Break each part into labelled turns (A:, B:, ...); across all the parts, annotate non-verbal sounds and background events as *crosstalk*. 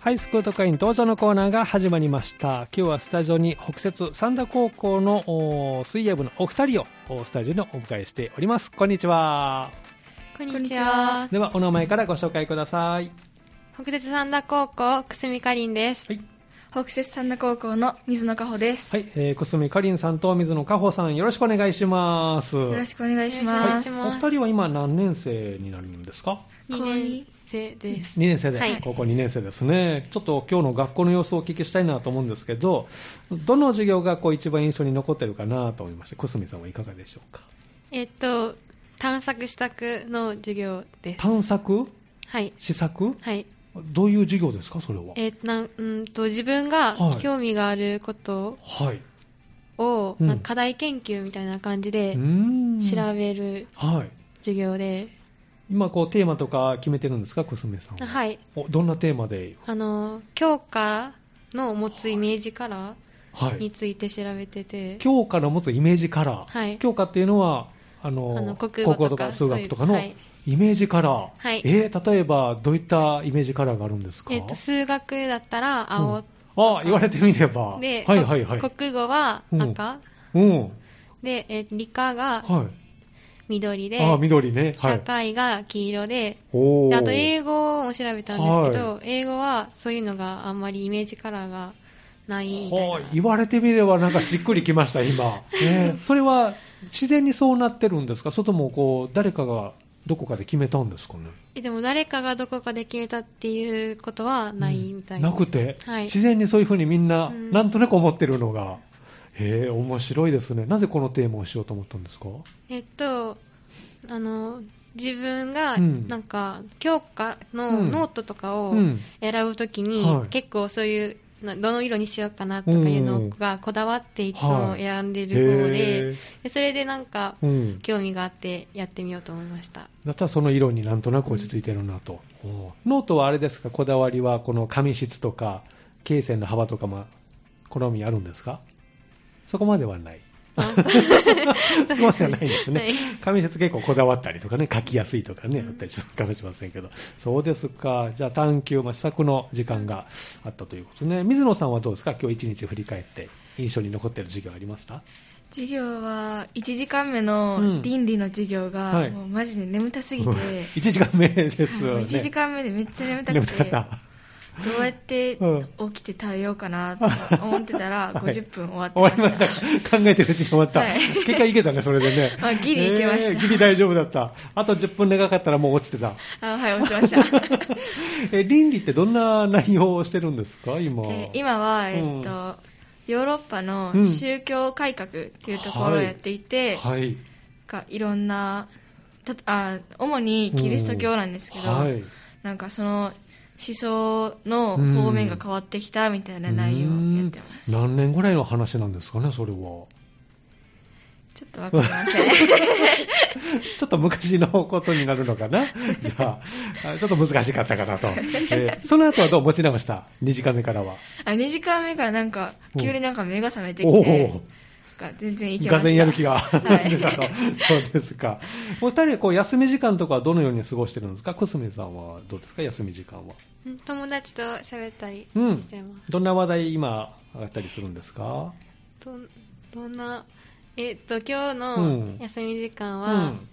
A: はい、スクート会員登場のコーナーが始まりました。今日はスタジオに北摂三田高校の水泳部のお二人をスタジオにお迎えしております。こんにちは。
B: こんにちは。
A: では、お名前からご紹介ください。
B: 北摂三田高校、くすみかりんです。
A: はい。
C: 北摂三田高校の水野加穂です。
A: はい、えー、くすみかりんさんと水野加穂さん、よろしくお願いします。
C: よろしくお願いします。
A: はい、お二人は今何年生になるんですか
B: ?2 年生で
A: 2
B: す。
A: 年生で、はい、高校2年生ですね。ちょっと今日の学校の様子をお聞きしたいなと思うんですけど、どの授業がこう一番印象に残ってるかなと思いまして、くすみさんはいかがでしょうか
B: えっと、探索支度の授業です。
A: 探索
B: はい。
A: 試作
B: はい。
A: どういう授業ですか、それは。
B: えー、なんうんと自分が興味があることを、はいはい、課題研究みたいな感じで調べる授業で。はい、
A: 今こうテーマとか決めてるんですか、コスメさんは。
B: はい。
A: どんなテーマで
B: あの教科の持つイメージカラーについて調べてて、
A: 教科の持つイメージカラー。
B: はい。
A: 教科っていうのはあの
B: あの国語
A: とか数学とかのイメージカラー、
B: はい、
A: えー、例えばどういったイメージカラーがあるんですか、
B: えー、と数学だったら青、うん、
A: あ言われてみれば
B: で、
A: はいはいはい、
B: 国語は赤、
A: うん、うん、
B: で、えー、理科が緑で、
A: はい、あ緑ね、
B: 社会が黄色で,
A: はい、
B: であと英語も調べたんですけど、はい、英語はそういうのがあんまりイメージカラーがない
A: 言われてみればなんかしっくりきました今、ね、それは自然にそうなってるんですかそれともこう誰かがどこかで決めたんですかね
B: えでも誰かがどこかで決めたっていうことはないみたい
A: な、うん、なくて、
B: はい、
A: 自然にそういうふうにみんな、なんとなく思ってるのが、うん、へえ面白いですねなぜこのテーマをしようと思ったんですか
B: えっとあの自分がなんか、教科のノートとかを選ぶときに、うんはい、結構そういうどの色にしようかなとかいうのがこだわっていつも選んでる方で,はい、でそれでなんか興味があってやってみようと思いました、
A: うん、だったらその色になんとなく落ち着いてるなと、うん、ノートはあれですかこだわりはこの紙質とか罫線の幅とかも好みあるんですかそこまではないそこまではないですね、はい、紙質結構こだわったりとかね書きやすいとかね、うん、あったりするかもしれませんけどそうですかじゃあ探究、まあ、試作の時間があったということね水野さんはどうですか今日一日振り返って印象に残ってる授業ありました
C: 授業は1時間目の倫理の授業が、うんはい、もうマジで眠たす *laughs*
A: *laughs*
C: ぎて
A: 1時間目ですよ、ね、
C: 1時間目でめっちゃ眠たくて
A: 眠たかった
C: どうやって起きて耐えようかなと思ってた *laughs* ら、50分終わって
A: ました。はい、終わりました。考えてるうちに終わった。はい、結果いけたね、それでね。
C: *laughs* まあ、ギリいけました、え
A: ー、ギリ大丈夫だった。あと10分長かったらもう落ちてた。
C: *laughs* あはい、落ちました。 *laughs*
A: え、倫理ってどんな内容をしてるんですか、今。
C: え今は、えー、っと、うん、ヨーロッパの宗教改革っていうところをやっていて、
A: うん、はい。
C: がいろんな、たあ主にキリスト教なんですけど、うんはい、なんかその思想の方面が変わってきたみたいな内容をやってます、
A: 何年ぐらいの話なんですかねそれは
C: ちょっとわかりません
A: ちょっと昔のことになるのか
C: *laughs*
A: なじゃあちょっと難しかったかなと、えー、その後はどう持ち直した2時間目からは
C: あ2時間目からなんか急になんか目が覚めてきて全然いけません
A: やる気が、はい、 *laughs* そうですかお二人こう休み時間とかはどのように過ごしてるんですかコスメさんはどうですか休み時間は
B: *laughs* 友達と喋ったり
A: うん、どんな話題今あったりするんですか
B: どどんなえっと今日の休み時間は、うんうん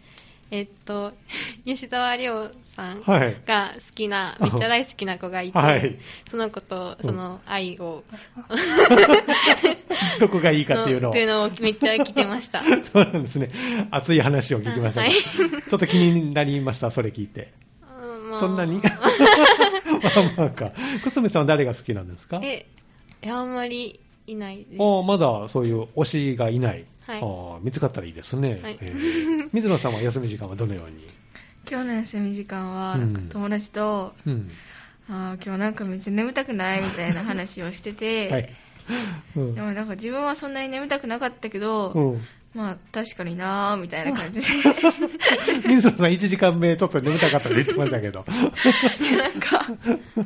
B: えっと、 *laughs* 吉沢亮さんが好きな、はい、めっちゃ大好きな子がいて、
A: はい、
B: その子とその愛を、
A: うん、どこがいいかっていうのを。
B: っていうのをめっちゃ聞きました。
A: *laughs* そうなんですね。熱い話を聞きました、はい、ちょっと気になりました、それ聞いて。
B: うん、
A: そんなに *laughs* まあまあか。コスメさんは誰が好きなんですか
B: *laughs* え、あんまりいないです。
A: あまだそういう推しがいない。
B: はい、
A: あ見つかったらいいですね、
B: はい
A: えー、水野さんは休み時間はどのように
C: 今日の休み時間は友達と、うん、あ今日なんかめっちゃ眠たくないみたいな話をしてて、
A: はい
C: うん、でもなんか自分はそんなに眠たくなかったけど、うんまあ確かになーみたいな感じで
A: 水野さん1時間目ちょっと眠たかったって言ってましたけど
C: なんか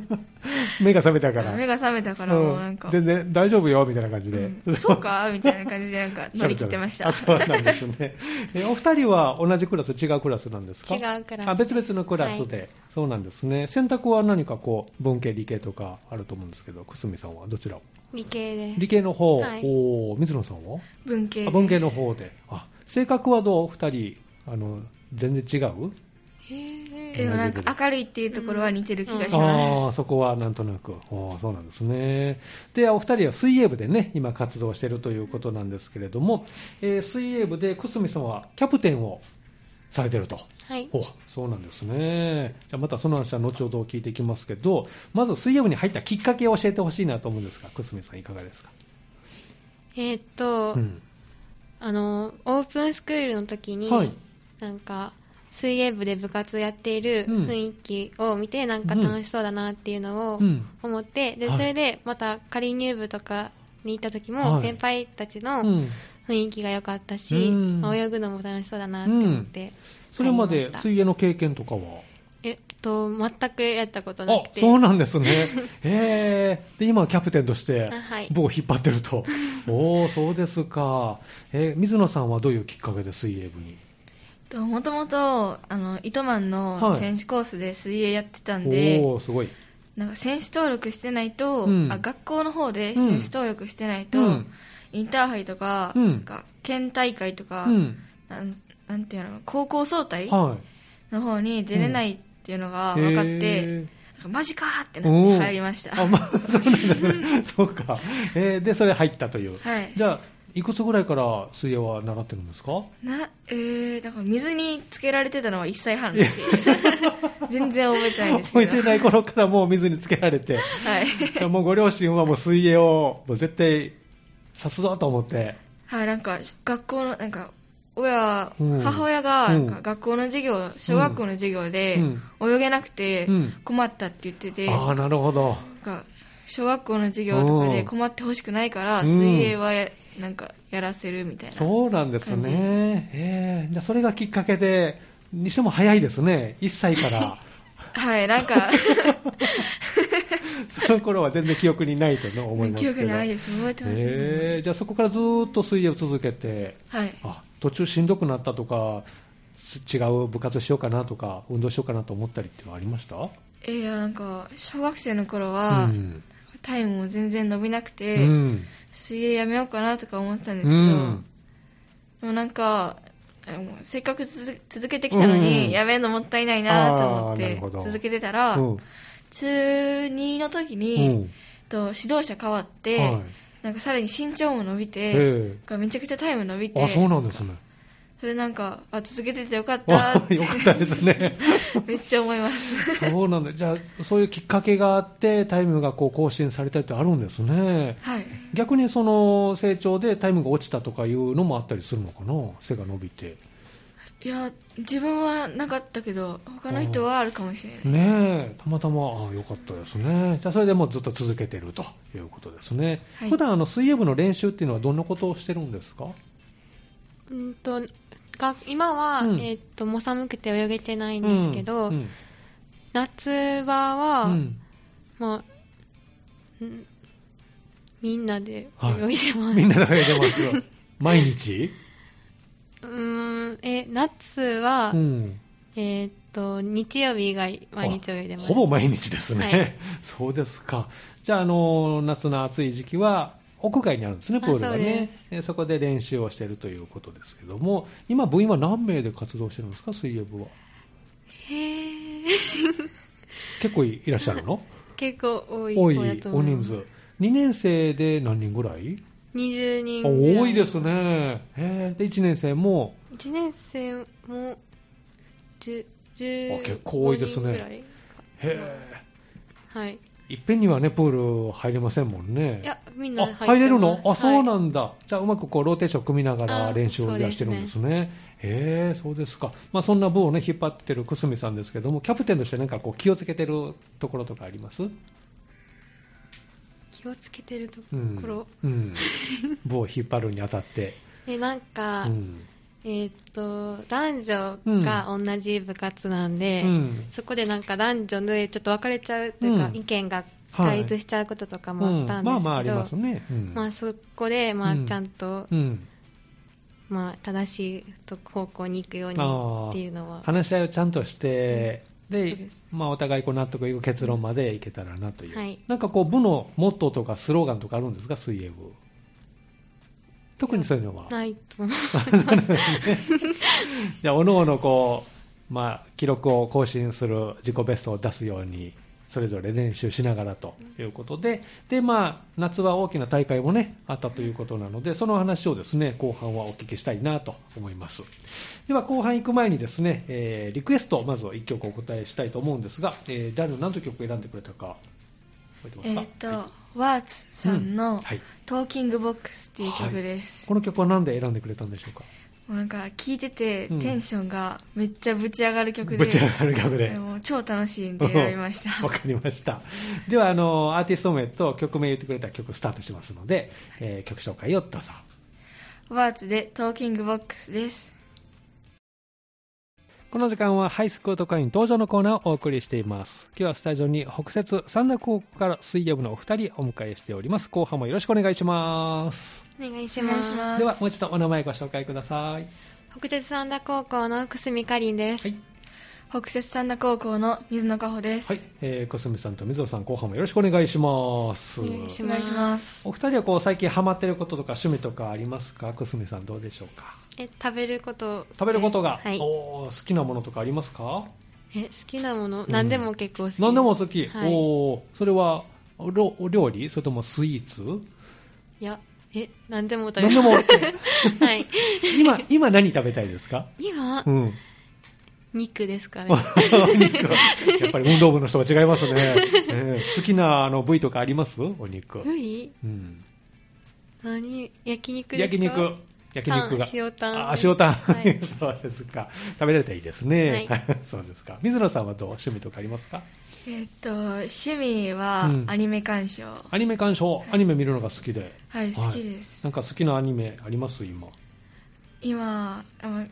A: *laughs* 目が覚めたから
C: *laughs* 目が覚めたからもうなんか、
A: うん全然大丈夫よみたいな感じで、
C: うんそうかみたいな感じでな
A: *laughs*
C: んか乗り切ってました
A: あそうなんですねえお二人は同じクラス違うクラスなんですか
B: 違うクラス
A: あ別々のクラスで、
B: は
A: そうなんですね選択は何かこう文系理系とかあると思うんですけど久住さんはどちらを
B: 理系です
A: 理系の方、
B: はい
A: おー水野さんは
C: 文系
A: あ文系の方であ性格はどう二人あの全然違う
B: へー
C: でもなんか明るいっていうところは似てる気がし
A: あ
C: ま
A: ーそこはなんとなく、おーそうなんですね。で、お二人は水泳部でね、今活動しているということなんですけれども、えー水泳部で久住さんはキャプテンをされてると。
B: はい
A: おそうなんですね。じゃあまたその話は後ほど聞いていきますけど、まず水泳部に入ったきっかけを教えてほしいなと思うんですが、久住さんいかがですか。
B: えーっと、
A: ん、
B: あのオープンスクールの時に、
A: はい
B: なんか水泳部で部活やっている
A: うん
B: 雰囲気を見て、なんか楽しそうだなっていうのを
A: うん
B: 思って、で
A: はい
B: それでまた仮入部とかに行った時も、
A: はい
B: 先輩たち
A: う
B: の
A: ん
B: 雰囲気が良かったし、
A: うん
B: まあ泳ぐのも楽しそうだなって思って、
A: それま
B: 入
A: で
B: りした
A: 水泳の経験とかは
B: えっと全くやったことな
A: あ
B: くて
A: そうなん
B: *laughs*
A: ですね、へーで今はキャプテンとして
B: あはい
A: 部を引っ張ってる
C: *laughs*
A: と、おー、そうですか、えー水野さんはどういうきっかけで水泳部に
C: すもともとあの糸満
A: は
C: の
A: い
C: 選手コースで水泳やってたんで、
A: おー、すごい。
C: なんか選手登録してないと、
A: うん
C: あ学校の方で選手登録してないと、
A: うん
C: インターハイとか,、
A: うん
C: なんか県大会とか、
A: うん
C: なんなんていうの高校総体
A: は
C: の方に出れないっていうのが
A: い、
C: 分かって、 *laughs*
A: へー
C: なんかマジかーってなって入りました。
A: あ、まあ、そうなんですね、そうか、えーでそれ入ったという、
C: はい
A: じゃあ、いくつぐらいから水泳は習ってるんですか
C: なえー、だから水につけられてたのは1歳半の時 *laughs* 全然覚えてないんです
A: 覚
C: け
A: え
C: ど
A: てない頃からもう水につけられ
C: *laughs*
A: て、
C: はい、
A: じゃあもうご両親はもう水泳をもう絶対さすぞと思って。
C: はい、なんか学校のなんか親、
A: うん
C: 母親がな
A: う
C: んか
A: ん
C: 学校の授業小学校の授業で泳げなくて
A: うん
C: 困ったって言ってて、
A: ああ、なるほど。
C: なんか小学校の授業とかで困ってほしくないから
A: うん
C: 水泳はやなんかやらせるみたいな、
A: そうなんです
C: 感じ
A: ね。ええじゃあそれがきっかけで、にしても早いですね。1歳
C: *laughs*
A: から。
C: はいなんか
A: その頃は全然記憶にないとね *laughs* 思います
C: 記
A: けど。
C: 憶ないです覚えてますね、
A: ええじゃあそこからずーっと水泳を続けて、
C: はい
A: あ、途中しんどくなったとか、す違う部活しようかなとか、運動しようかなと思ったりっていうのはありました
C: えーいやなんか小学生の頃は、
A: うん。
C: タイムも全然伸びなくて、
A: うん。
C: 水泳やめようかなとか思ってたんです
A: う
C: けど、
A: ん。
C: でもなんか、あのせっかく続続けてきたのに、
A: うん
C: やめるのもったいないなと思っ
A: あーなる
C: て
A: ほど
C: 続けてたら、
A: うん
C: 中2の時に、と指導者変わって、
A: はい
C: なんかさらに身長も伸び
A: え
C: て、
A: え
C: なんかめちゃくちゃタイム伸びて、
A: あ、そうなんですね。
C: それなんかあ続けててよかった
A: あ
C: っ、て
A: よかったですね。
C: めっちゃ思います。 *laughs*
A: そうなんだ。じゃあ、そういうきっかけがあって、タイムがこう更新されたりってあるんですね。
C: はい、
A: 逆にその成長でタイムが落ちたとかいうのもあったりするのかな背が伸びて。
C: いや自分はなかったけど他の人はあるかもしれない。
A: ねえ、たまたま、あ良かったですね。じゃあ、それでもうずっと続けてるということですね。
C: はい
A: 普段、あの、水泳部の練習っていうのはどんなことをしてるんですか
B: うんとが今は、
A: うん
B: えーっともう寒くて泳げてないんですけど、
A: うんうん
B: 夏場は、
A: うん
B: まあ、んみんなで
A: はい
B: 泳いでます。
A: みんなで泳いでますよ。毎
B: *laughs*
A: 日
B: うーん、え、夏は、
A: うん
B: えーっと、日曜日以外、毎日泳いでます。
A: ほぼ毎日ですね、
B: はい
A: *laughs* そうですか、じゃあ、あの夏の暑い時期は屋外にあるんですね、プールが
B: あそう
A: ね
B: で
A: えそこで練習をしているということですけども、今、部員は何名で活動してるんですか、水泳部は。
B: へー *laughs*
A: 結構いいらっしゃるの
B: 結構多い
A: 多い、
B: 方だと思
A: 大
B: い
A: 人
B: ます。
A: 数。2年生で何人ぐらい
B: 20人
A: あ
B: ぐらい。
A: 多いです。ね、えーで1年生も
B: 1年生も、10、10
A: あ結構多いですね
B: ぐらいか
A: へ
B: はい。
A: ーいっぺんにはね、プール入れませんもんね。
B: いや、みんな
A: あ
B: 入ってます
A: 入れるのあ、そうな
B: はい
A: んだ、じゃあ、うまくこうローテーション組みながら
B: あ
A: 練習をじゃあしてるんですね、へえそうですか、まあ、そんな部を、ね、引っ張ってる久住さんですけども、キャプテンとしてなんかこう気をつけてるところとかあります、
B: 気をつけてるとこ
A: うん
B: ろ。
A: うん、部を引っ張るにあたって、
B: えなんか、えーっと男女が同じ部活なんで、
A: うん
B: そこでなんか男女でちょっと分かれちゃうというか、
A: うん
B: 意見が対立しちゃうこととかもあったんです
A: まあ
B: けど、
A: まあありますね。うん
B: まあそこで、まあ、
A: うん
B: ちゃんと、
A: うん
B: まあ、正しい方向に行くように
A: あー
B: っていうのは、
A: 話し合いをちゃんとして、
B: そう
A: で
B: です
A: まあ、お互いこう納得いく結論までいけたらなという、
B: はい
A: なんかこう部のモットーとかスローガンとかあるんですか、水泳部。特にそういうのは。
B: ないと思う。
A: じゃあ、おのおのこう、まあ、記録を更新する自己ベストを出すように、それぞれ練習しながらということで、で、まあ、夏は大きな大会もね、あったということなので、その話をですね、後半はお聞きしたいなと思います。では、後半行く前にですね、えーリクエストをまず1曲お答えしたいと思うんですが、えー、誰の何と曲を選んでくれたか、覚えて
C: え
A: ま
C: っ
A: すか、
C: と、
A: は
C: ワーツさん
A: うん
C: の
A: はい
C: 「トーキングボックス」っていう曲です、
A: いこの曲は何で選んでくれたんでしょうか
C: もうなんか聴いてて
A: うん
C: テンションがめっちゃぶち上がる曲で
A: ぶち上がる曲で。
C: もう超楽しいんで選びました
B: *laughs*
A: *laughs* わかりました。では、あの、アーティスト名と曲名言ってくれた曲スタートしますので、えー曲紹介をどうぞ。
C: ワーツで「トーキングボックス」です
A: この時間はハイスクート会員登場のコーナーをお送りしています。今日はスタジオに北節三田高校から水泳部のお二人をお迎えしております。後半もよろしくお願いします。
B: お願いします。
C: お願いします
A: では、もう一度お名前ご紹介ください。
B: 北鉄三田高校の久住かりんです。
A: はい
C: 北摂三田高校の水野加穂です、
A: はい、えー、小杉さんと水野さん、後半もよろしくお願いします。
B: お願いし
C: お願いします
A: お二人はこう最近ハマってることとか趣味とかありますか小杉さんどうでしょうか
B: え食べること
A: 食べることが、
B: はい
A: おー好きなものとかありますか
B: え好きなもの
A: ん
B: 何でも結構好き、
A: 何でも好き、
B: はい
A: おーそれはお料お料理それともスイーツ
B: いやえ何でも食べ
A: 何でも OK
B: もはい
A: 今 *laughs* 今何食べたいですか
B: 今、
A: うん、
B: 肉ですかね
A: お
B: *laughs*
A: 肉やっぱり運動部の人は違いますね、えー好きなあの部位とかありますお肉、
B: 部位
A: うん、
B: 何焼肉ですか
A: 焼肉焼肉が
B: タン塩タン
A: あ塩タン、
B: はい
A: *laughs* そうですか食べられたらいいですね、
B: は
A: *laughs* そうですか水野さんはどう趣味とかありますか
C: えっと趣味は
A: うん
C: アニメ鑑賞、
A: アニメ鑑賞、アニメ見るのが好きで。
C: はい好きです、
A: なんか好きなアニメあります今。
C: 今あの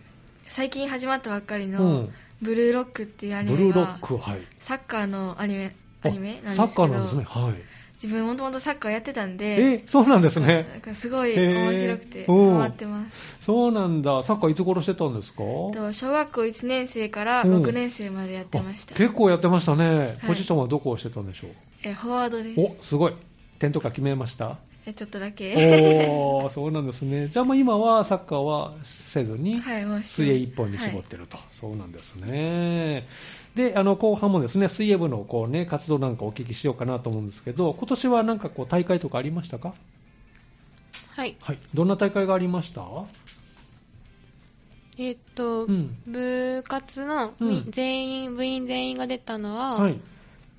C: 最近始まったばっかり
A: う
C: の
A: ん
C: 「ブルーロック」っていうアニ
A: ブル
C: メ
A: ーロ
C: が
A: ック、はい。
C: サッカーのアニメアニメなんですけ
A: サ
C: ど
A: ッカーなんですね、はい。
C: 自分もともとサッカーやってたんで
A: え、そうなんです
C: な
A: ね
C: ん。かすごい
A: へー
C: 面白くてハ
A: うん
C: マってます、
A: そうなんだ。サッカーいつ頃してたんですか
C: と小学校1年生から
A: うん
C: 6年生までやってました
A: あ結構やってましたね。
C: い
A: ポジションはどこをしてたんでしょう、
C: えフォワードです
A: お、すごい。点とか決めました
C: えちょっとだけ
A: おー、そうなんですね。じゃあもう今はサッカーはせずに、
C: *laughs* はいもう
A: 水泳一本に絞ってると、そうなんですね。で、あの後半もですね、水泳部のこうね活動なんかお聞きしようかなと思うんですけど、今年はなんかこう大会とかありましたか？
B: はい
A: はい。どんな大会がありました？
B: えっと、
A: うん
B: 部活のみ、
A: うん
B: 全員部員全員が出たのは、
A: はい。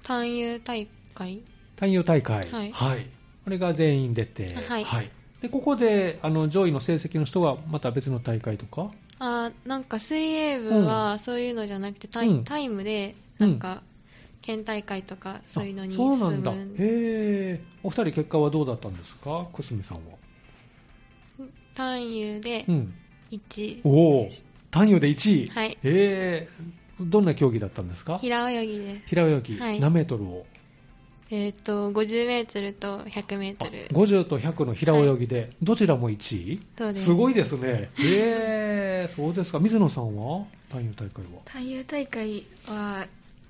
B: 単遊大会
A: 単遊大会。
B: はい
A: これが全員出て、
B: はい
A: でここであの上位の成績の人はまた別の大会とか、
B: あーなんか水泳部はそういうのじゃなくてタイ,、
A: うん
B: タイムで
A: う
B: なんんか県大会とかそういうのに
A: あ
B: 進
A: そうな
B: む
A: んだ。へえ。お二人結果はどうだったんですか？小杉さんは。
B: 単遊で
A: うん。
B: 1、
A: おお、単位で1位。
B: はい
A: えーどんな競技だったんですか
B: 平泳ぎです
A: 平泳ぎ、
B: はい
A: 何メートルを
B: えっ、と50メートルと100メートル
A: ?50 と100の平泳ぎで、どちらも1位
B: そうです
A: すごいですね。えー、そうですか。水野さんは単位大会は
C: 太陽大会は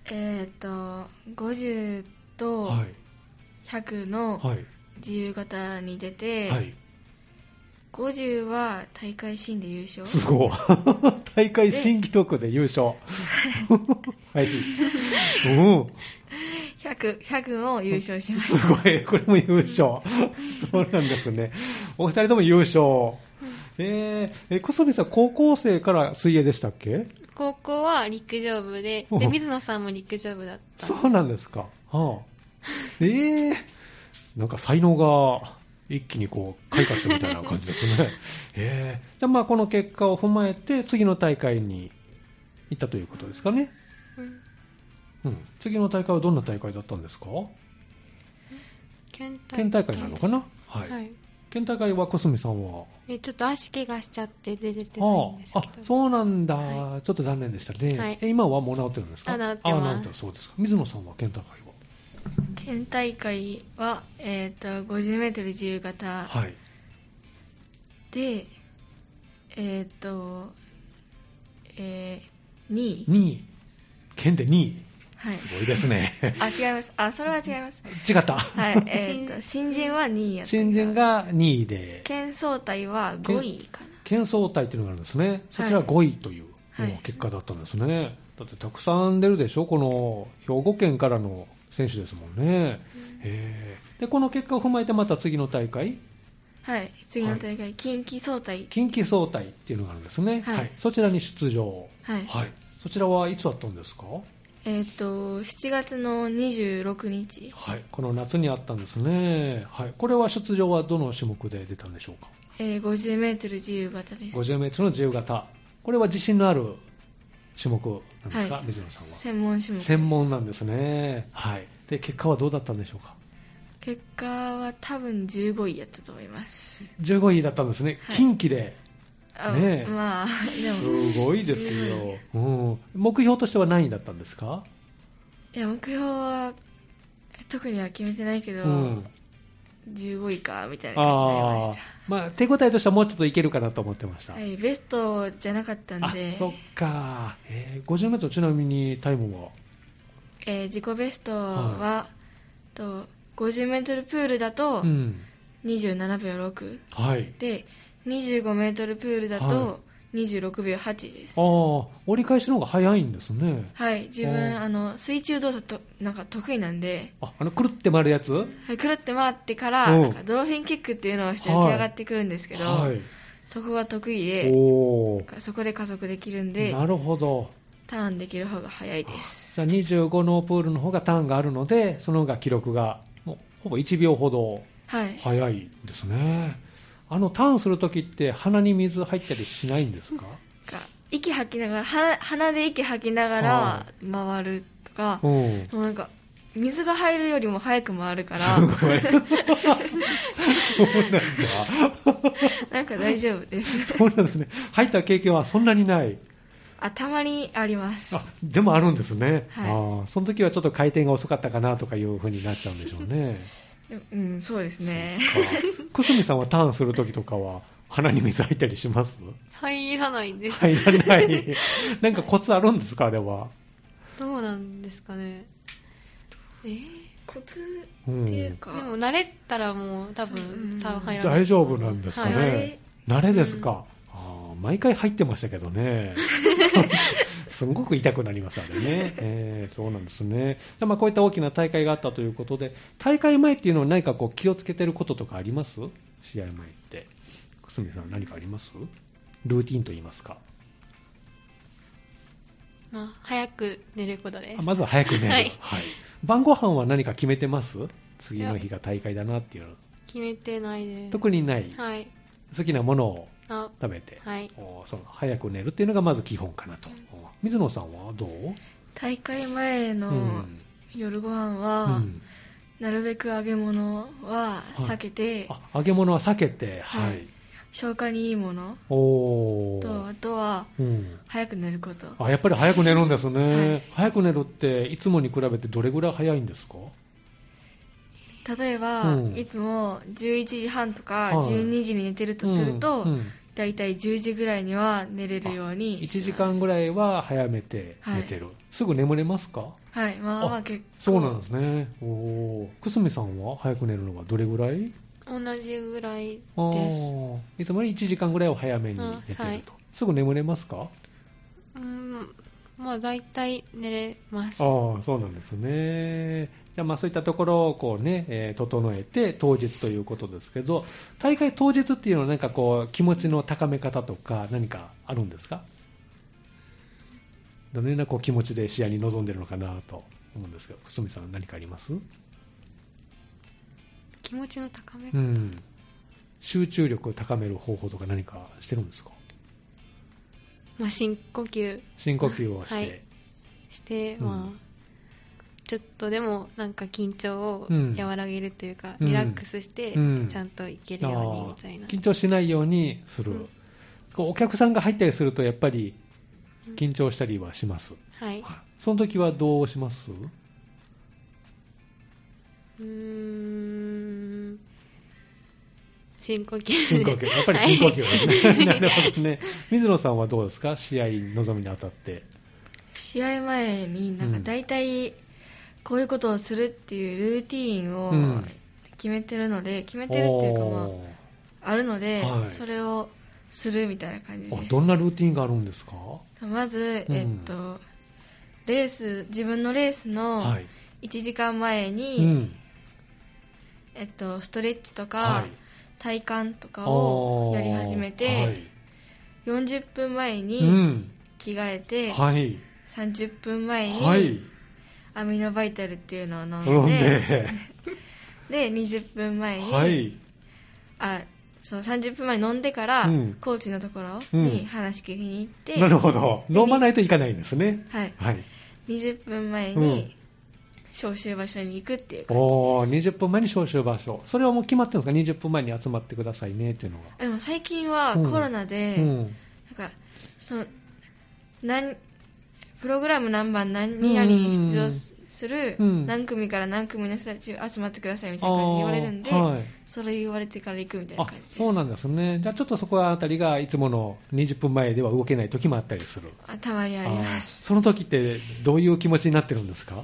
C: えっ、と50と
A: はい。
C: 100の
A: はい。
C: 自由形に出て、
A: はい。
C: 50は大会新で優勝
A: す
B: *laughs*
A: ごい。大会新記録で優勝。 *laughs* はい。うん。
C: 100, 100を優勝しました
A: すごい、これも優勝。そうなんですね。お二人とも優勝。えー、え、小杉さん、高校生から水泳でしたっけ
B: 高校は陸上部で
A: お
B: で水野さんも陸上部だった
A: そうなんですか。はあ、ええなんか才能が一気にこう開花したみたいな感じです *laughs* ね。ええで、まあこの結果を踏まえて次の大会に行ったということですかね。
B: うん
A: うん。次の大会はどんな大会だったんですか
B: 県大
A: 県大会なのかなはい。
B: はい
A: 県大会は小杉さんは
B: えちょっと足怪我しちゃって出れてない
A: あ
B: んですけ
A: あ
B: ど
A: そうなんだ、
B: は
A: ちょっと残念でしたね、
B: はい
A: え今はもう治ってるんですか
B: あ治ってます
A: あ治ってるそうですか水野さんは県大会は
C: 県大会は、えっと 50m 自由形
A: はい
C: で、えっと、えー、2位、
A: 2位県で2位
C: はい、
A: すごいです
B: *laughs*
A: ね
C: あ違いますあそれは違います
A: 違った、
C: *laughs* はい、えっと新人は2位やった
A: 新人が2位で
C: 県総体は5位か
A: 県総体っていうのがあるんですねそちら5位という、
C: はい
A: もう結果だったんですね、だってたくさん出るでしょこの兵庫県からの選手ですもんね、へえでこの結果を踏まえてまた次の大会
C: なはい次の大会近畿総体
A: 近畿総体っていうのがあるんですね、
C: はい
A: そちらに出場、
C: はい、
A: そちらはいつだったんですか、
C: えっと7月の26日
A: はい、この夏にあったんですね、はい、これは出場はどの種目で出たんでしょうか
C: えー 50m 自由形です
A: 50m の自由形これは自信のある種目なんですか、
C: はい
A: 水野さんは
C: 専門種目
A: 専門なんですね、はい、で結果はどうだったんでしょうか
C: 結果は多分15位やったと思います
A: 15位だったんですね、
C: はい
A: 近畿で
C: あ
A: ねえ
C: まあでも
A: すごいですよ、うん、目標としては何位だったんですか、
C: いや目標は特には決めてないけ
A: う
C: ど、
A: ん、
C: 15位かみたいな感じにな
A: あ
C: りま
A: ー
C: し
A: まあ手応えとしてはもうちょっといけるかなと思ってました、
C: た、はい、ベストじゃなかったん
A: あ
C: で
A: そっか、えー、50m ちなみにタイムは
C: えー自己ベスト
A: は
C: は、と 50m プールだと
A: うん
C: 27秒6
A: はい
C: で 25m プールだ
A: は
C: と26秒8です
A: ああ折り返しの方が早いんですね
C: はい自
A: お
C: 分あの水中動作となんか得意なんで、
A: ああのくるって回るやつ
C: はい、くるって回ってから
A: お
C: なんかドルフィンキックっていうのをして浮き上がってくるんですけど、
A: はい
C: そこが得意で
A: おお
C: そこで加速できるんで
A: なるほど
C: ターンできる方が早いです
A: じゃあ25のプールの方がターンがあるのでその方が記録がもうほぼ1秒ほど
C: はい
A: 早いですねあのターンするときって鼻に水入ったりしないんですか
C: なんか息吐きながら鼻鼻で息吐きなが
A: は
C: ら回るとか、
A: うん
C: もうなんか水が入るよりも早く回るから
A: すごいそうなんだ
C: なんか大丈夫
A: *laughs*
C: です
A: そうなんですね入った経験はそんなにない
C: あたまにあります
A: あでもあるんですね、
C: はい
A: あーその時はちょっと回転が遅かったかなとかいうふうになっちゃうんでしょうね。
C: うんそうですね
A: そうか久住さんはターンする時とかは鼻に水入ったりします
C: *laughs*
B: 入らないんです、
A: *laughs* 入らない。なんかコツあるんですか、あれは。
B: どうなんですかねえー
C: コツ
A: う、
C: っていうんか、
B: でも慣れたらもう多
C: う
B: 分
C: ん
B: 多分入らない
A: 大丈夫なんですかね。
B: はい
A: 慣れですか。あー毎回入ってましたけど
B: *laughs*
A: ね。すごく痛くなります、あれね。えーそうなんですね。でまあ、こういった大きな大会があったということで、大会前っていうのは何かこう気をつけてることとかあります試合前って。久住さん、何かありますルーティンと言いますか。
B: まあ、早く寝ることです
A: あまずは早く寝る、は
B: はいい
A: 晩ご飯は何か決めてます次の日が大会だなっていうの
B: 決めてないです
A: 特にない、
B: はい
A: 好きなものを
B: あ
A: 食べて、
B: はい
A: おーそう早く寝るっていうのがまず基本かなと、おー水野さんはどう、
C: 大会前
A: う
C: の
A: ん
C: 夜ご飯
A: う
C: は、
A: ん
C: なるべく揚げ物は避けて、
A: あ揚げ物は避けてはい、
C: はい消化にいいもの
A: おー
C: とあとは
A: うん
C: 早く寝ること
A: あやっぱり早く寝るんですね、
C: はい
A: 早く寝るっていつもに比べてどれぐらい早いんですか
C: 例えば、
A: うん
C: いつも11時半とか
A: はい
C: 12時に寝てるとすると、
A: うんうん
C: だいたい10時ぐらいには寝れるように
A: 1時間ぐ
C: い
A: らいは早めて寝てる、すぐ眠れますか
C: はいまあま
A: あ
C: あ結構
A: そうなんですね。おお。くすみさんは早く寝るのはどれぐらい
B: 同じぐらい
A: あ
B: です
A: ーいつもより1時間ぐらいを早めに寝てると。
B: うんはい
A: すぐ眠れますか
B: うんまあ大体寝れます
A: ああ、そうなんですね。じゃあまあそういったところをこうね、えー整えて当日ということですけど、大会当日っていうのはなんかこう気持ちの高め方とか何かあるんですかどのようなこう気持ちで試合に臨んでるのかなと思うんですけど、くすみさん何かあります
B: 気持ちの高め、
A: うん、集中力を高める方法とか何かしてるんですか
B: まあ、深呼吸
A: 深呼吸をして、
B: はいして、
A: うん
B: まあちょっとでもなんか緊張を
A: うん
B: 和らげるというか、
A: うん
B: リラックスして
A: うん
B: ちゃんといけるように
A: あ
B: みたい
A: ー
B: な、
A: 緊張しないようにする、
B: うん
A: こうお客さんが入ったりすると、やっぱり
B: うん
A: 緊張したりはします、
B: はい
A: その時はどうし
B: *laughs*
A: ます
B: うーん深呼吸
A: 深呼
B: で
A: 吸、やっぱり深呼吸ですね、 *laughs* なるほどね、水野さんはどうですか、試合に臨みにあたって。
C: 試合前になん
A: う
C: か
A: ん
C: 大体こういうことをするっていうルーティン
A: う
C: を
A: ん
C: 決めてるので、決めてるっていうかまああるので、
A: はい
C: それをするみたいな感じ
A: おーあ
C: です
A: どんなルーティンがあるんですか、
C: まず、
A: うん
C: えっとレース自分のレースの
A: はい
C: 1時間前に、
A: うん
C: えっと、ストレッチとか、
A: はい
C: 体幹とかをやり始めて、
A: はい
C: 40分前
A: う
C: に
A: ん
C: 着替えて、
A: はい
C: 30分前に、
A: はい、
C: アミノバイタルっていうのを飲んで
A: 飲んで、
C: で20分前に、
A: はい、
C: あそう30分前に飲んでから、
A: うん
C: コーチのところ
A: うん
C: に話聞きに行って、
A: なるほど、飲まないといかないんですね。
C: はい、
A: はい、
C: 20分前
A: うん
C: に招集場所に行くっていう感じ
A: おー20分前に招集場所、それはもう決まってるんですか、20分前に集まってくださいねっていうのが。
C: でも最近は
A: うん
C: コロナで、
A: うん
C: なんかその何プログラム何番何々に出場すする
A: うん
C: 何組から何組の人たち集まってくださいみたいな感じで言われるんで、
A: あーはい
C: それ言われてから行くみたいな
A: あ
C: 感じです
A: そうなんですね、じゃあちょっとそこあたりがいつもの20分前では動けない時もあったりする、
C: あたまにあります
A: あーその時ってどういう気持ちになってるんですか、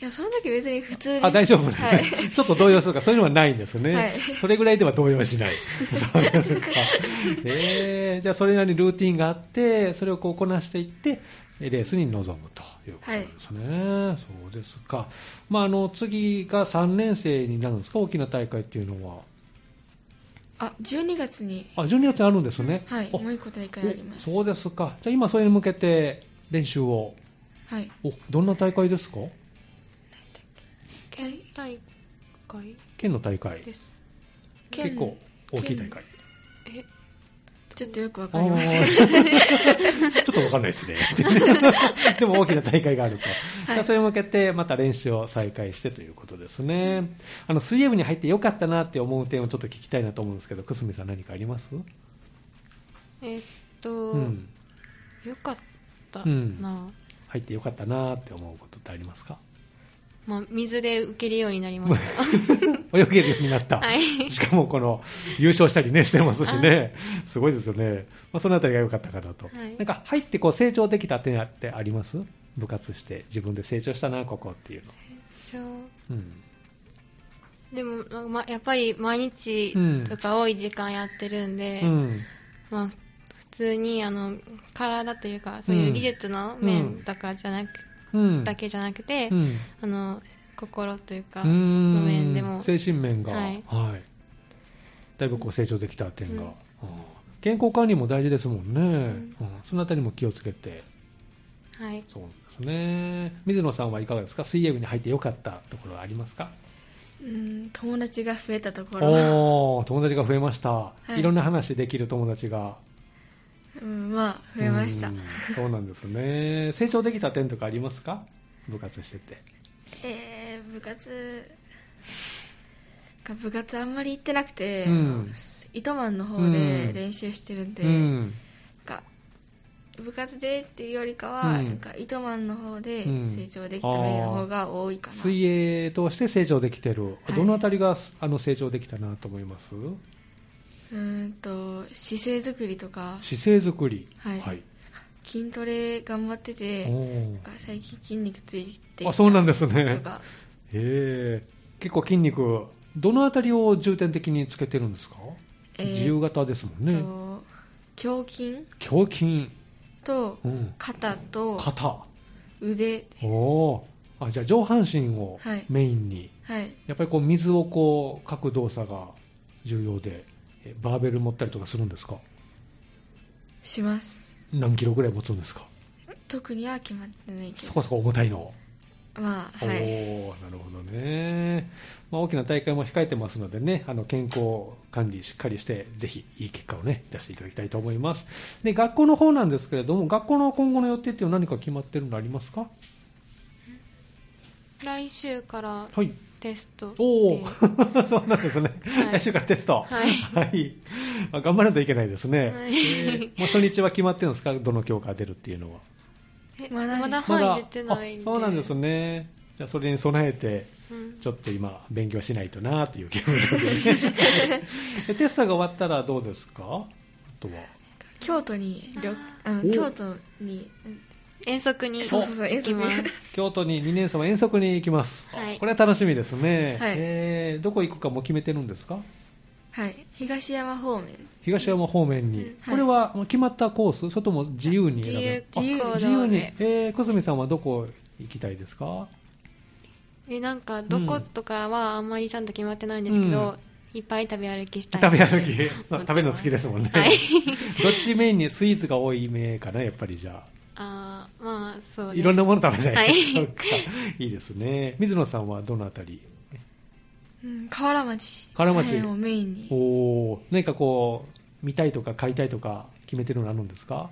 C: いやその時別に普通です
A: あ大丈夫なんですね、
C: は
A: *laughs*
C: い
A: ちょっと動揺するか、そういうのはないんですね、
C: はい
A: それぐらいでは動揺し
C: *laughs*
A: ない、そうですか、えーじゃあそれなりにルーティンがあって、それをこうこなしていって、レースに臨むということですね、そうですか、まあ、あの次が3年生になるんですか、大きな大会っていうのは。
C: あ12月に
A: あ12月にあるんですね、
C: はい
A: お
C: もう一個大会あります
A: おそうですか。じゃあ今それに向けて練習を。
C: はい
A: お、どんな大会ですか
B: 県大会
A: 県の大会。
B: です
C: 県
A: 結構大きい大会。
B: え
C: ちょっとよくわ
A: あ
C: かりません *laughs*
A: ーちょっとわかんないですね。でも大きな大会があると。じゃあそれに向けてまた練習を再開してということですね。あの、水泳部に入ってよかったなって思う点をちょっと聞きたいなと思うんですけど、くすみさん何かあります
B: えっと、
A: うん。
B: よかったな、
A: うん入ってよかったなって思うことってありますか
B: まあ、水で受けるようになりました
A: 泳げるようにな *laughs* った。
B: はい
A: しかもこの優勝したりねしてますしね、すごいですよね、まあ、そのあたりが良かったかなと、
B: はい
A: なんか入ってこう成長できた点ってあります部活して、自分で成長したな、ここっていうの。
B: そう
A: うん
B: でも、ままやっぱり毎日とか多い時間やってるんで、
A: うん
B: まあ、普通にあの体というかそういう技術の面とかじゃなく、
A: うん
B: だけじゃなくて、
A: うん
B: あの心というか、
A: うん
B: の面でも
A: 精神面が、
B: はい
A: はいだいぶこう成長できた点が、
B: うん
A: ああ健康管理も大事ですもんね、
B: ん
A: うんそのあたりも気をつけて、
B: はい、
A: そうですね、水野さんはいかがですか、水泳部に入ってよかったところはありますか
C: うん友達が増えたところ
A: おー友達が増えました、い、
C: い
A: ろんな話できる友達が
C: うんまあ増えました
A: うんそうなんですね成長できた点とかありますか部活してて
C: えー、部活が部活あんまり行ってなくて、
A: うん
C: 糸満の方で練習してるんで、
A: うん
C: なんか部活でっていうよりかは、
A: うん
C: なんか糸満の方で
A: うん
C: 成長できた面の方が多いかな、
A: 水泳として成長できてる、
C: はい
A: どのあたりがあの成長できたなと思います
C: うーんと姿勢作りとか
A: 姿勢作り
C: はい筋トレ頑張ってて
A: お
C: なん
A: ー
C: か最近筋肉ついてきて
A: あそうなんです
C: と
A: ね
C: か
A: へえ結構筋肉どのあたりを重点的につけてるんですか、
C: えー
A: 自由形ですもんね
C: と胸筋
A: 胸筋、
C: と
A: うん、
C: 肩と
A: 肩
C: 腕
A: おーあじゃあ上半身を
C: はい
A: メインに、
C: はい
A: やっぱりこう水をこうかく動作が重要でえバーベル持ったりとかするんですか
C: します
A: 何キロぐらい持つんですか
C: 特には決まってないけ
A: そ
C: ど
A: こそこ重たいの
C: ま
A: お
C: あ
A: お
C: はい
A: ーなるほどね、まあ、大きな大会も控えてますのでねあの健康管理しっかりしてぜひいい結果をね出していただきたいと思いますで学校の方なんですけれども学校の今後の予定っていうのは何か決まってるのありますか
B: 来週から
A: はい。
B: テストで
A: おお、 *laughs* そうなんですね。
B: はい
A: 来週からテスト。
B: はい
A: はい。あ頑張らないといけないですね。
B: はい
A: えーもう初日は決まってるんですかどの教科出るっていうのは。
B: え
C: ま
B: *laughs*
C: だ
B: まだ
A: まだ
B: 範囲出てないん
A: あ
B: で
A: そうなんですね。じゃあ、それに備えて、
B: うん
A: ちょっと今、勉強しないとなっていう気分ですよね。
B: *laughs*
A: でテストが終わったらどうですかあとは。
C: 京都に旅あ
A: お
C: の京都に
B: 遠足に
C: そうそうそう
B: 行きます
C: 遠足
A: 京都に2年生は遠足に行きます。あ
B: はい
A: これは楽しみですね。
C: はい
A: えーどこ行くかもう決めてるんですか
C: *laughs* はい東山方面
A: 東山方面に、
B: うん
C: はい
A: これはもう決まったコース、それとも自由に選べる
B: 自由
A: あ
B: 自
A: 自
B: 由行動
A: 由に
B: で、
A: えー、久住さんはどこ行きたいですか、
B: えなんかどことかはあんまりちゃんと決まってないんですけど、いっぱい食べ歩きしたい
A: 食べ歩
B: き
A: き、食べるの好きですもんね、
B: はい
A: *laughs* どっちメインにスイーツが多い目かな、やっぱりじゃ
B: あーまあそう
A: あ、
B: です
A: いろんなもの食べたい、
B: はい
A: *laughs* そっかいいですね、水野さんはどのあたり、
C: うん河原町
A: 河原町
C: はいをメインに
A: おー何かこう、見たいとか買いたいとか決めてるのあるんですか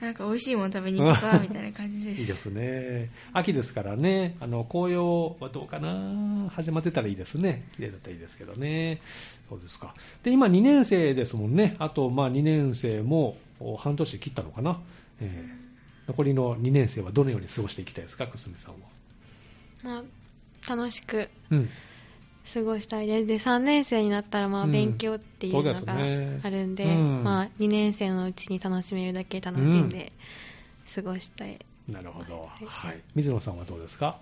C: なんか美味しいもの食べに行くかみたいな感じ
A: *laughs*
C: で
A: いい
C: す
A: ですね。秋ですからね、あの、紅葉はどうかな始まってたらいいですね。綺麗だったらいいですけどね。そうですか。で、今2年生ですもんね。あと、まあ2年生もお半年切ったのかな。えー残りの2年生はどのように過ごしていきたいですか、くすみさんは。
B: まあ、楽しく
A: うん。
B: 過ごしたいですで3年生になったらまあ
A: うん
B: 勉強っていうの
A: そう
B: が
A: ですね
B: あるんで,、
A: うん
B: まあ、2年生のうちに楽しめるだけ楽しんで過ごしたい、
A: なるほど。はい。水野さんはどうですか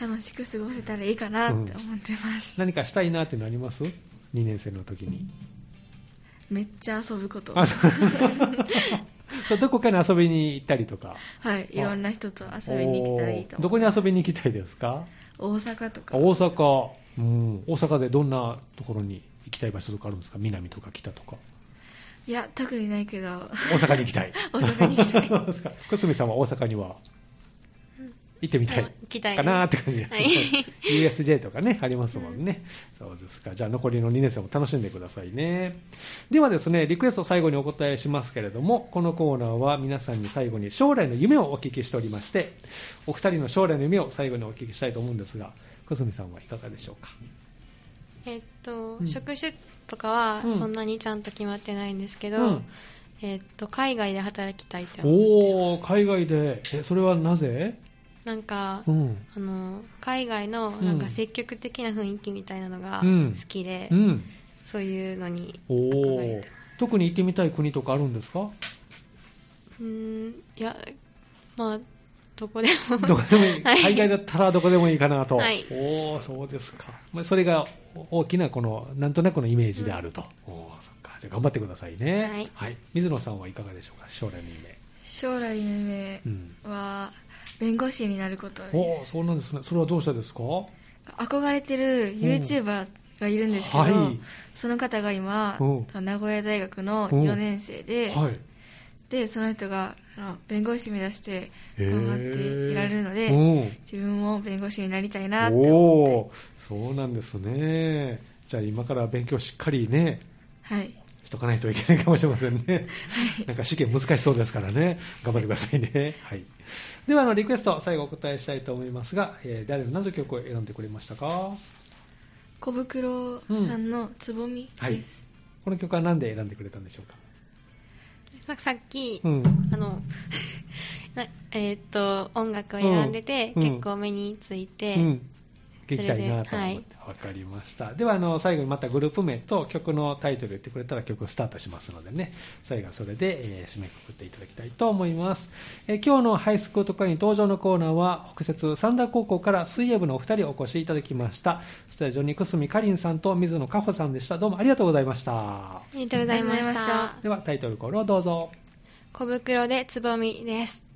C: 楽しく過ごせたらいいかなって思ってます、
A: 何かしたいなってなります ?2 年生の時に。
C: めっちゃ遊ぶこと
A: あ、
C: *laughs*
A: そう。どこかに遊びに行ったりとか。
C: はいいろんな人と遊びに行きたらいいと
A: おーどこ
C: 思
A: に遊びに行きたいですか
C: う大阪と
A: あ
C: か
A: 大阪、うん、大阪でどんなところに行きたい場所とかあるんですか南とか北とか
C: いや特にないけど
A: 大阪に行きたい
C: *laughs* 大阪に行きた
A: *laughs*
C: い
A: そうですか小杉さんは大阪には
B: うん
A: 行ってみたい
B: まあ行きたいです
A: かなーって感じです、
B: はい
A: USJ とかねありますもんね、そうですかじゃあ残りの2年生も楽しんでくださいねではですねリクエストを最後にお答えしますけれどもこのコーナーは皆さんに最後に将来の夢をお聞きしておりましてお二人の将来の夢を最後にお聞きしたいと思うんですが小杉さんはいかがでしょうか
B: えっと、
A: うん
B: 職種とかは
A: うん
B: そんなにちゃんと決まってないんですけど、
A: うん
B: えっと海外で働きたいって思う
A: おお海外でえそれはなぜ
B: なんか、
A: うん
B: あの海外の
A: うん
B: なんか積極的な雰囲気みたいなのが
A: うん
B: 好きで、
A: うん
B: そういうのに
A: お
B: 憧れ
A: お
B: て
A: 特に行ってみたい国とかあるんですか
B: うーんいやまあどこで
C: *laughs*
B: も
A: どこでもいい、
B: *laughs* はい
A: 海外だったらどこでもいいかなと、
B: はい
A: おおそうですか、まあ、それがお大きなこのなんとなくのイメージであると、おおそっかじゃあ頑張ってくださいね
B: はい
A: 水野さんはいかがでしょうか将来の夢、
C: 将来の夢
A: うん、
C: は弁護士になることです
A: おおそうなんですねそれはどうしてですか
C: 憧れてる YouTuber がいるんですけど、
A: はい
C: その方が今
A: う
C: 名古屋大学の
A: うん
C: 4年生で、
A: はい
C: でその人があの弁護士目指して頑張っていられるので、
A: へーうん
C: 自分も弁護士になりたいなって
A: お
C: 思って
A: おそうなんですねじゃあ今から勉強しっかりね
C: はい
A: しとかないといけないかもしれませんね。なんか試験難しそうですからね。頑張ってくださいね。はい。では、あの、リクエスト、最後お答えしたいと思いますが、えー誰の何の曲を選んでくれましたか
C: 小袋さんのつぼみ
A: はい
C: です、
A: この曲は何で選んでくれたんでしょうか
B: ささっき、
A: うん。
B: あの *laughs* なえーっと音楽を選んでて、
A: うん
B: 結構目について、
A: うん。聞きたいなと
B: それでは
A: 思っ
B: い
A: て。わ、かりました。では、あの、最後にまたグループ名と曲のタイトル言ってくれたら曲スタートしますのでね、最後はそれで、えー締めくくっていただきたいと思います。えー今日のハイスクート会に登場のコーナーは、北節三田高校から水泳部のお二人お越しいただきました。スタジオに久住かりんさんと水野かほさんでした。どうもありがとうございました
B: あ。りがとうございまし
C: ありがとうございま
B: た
C: し
A: では、タイトルコールをどうぞ。
B: 小袋でつぼみです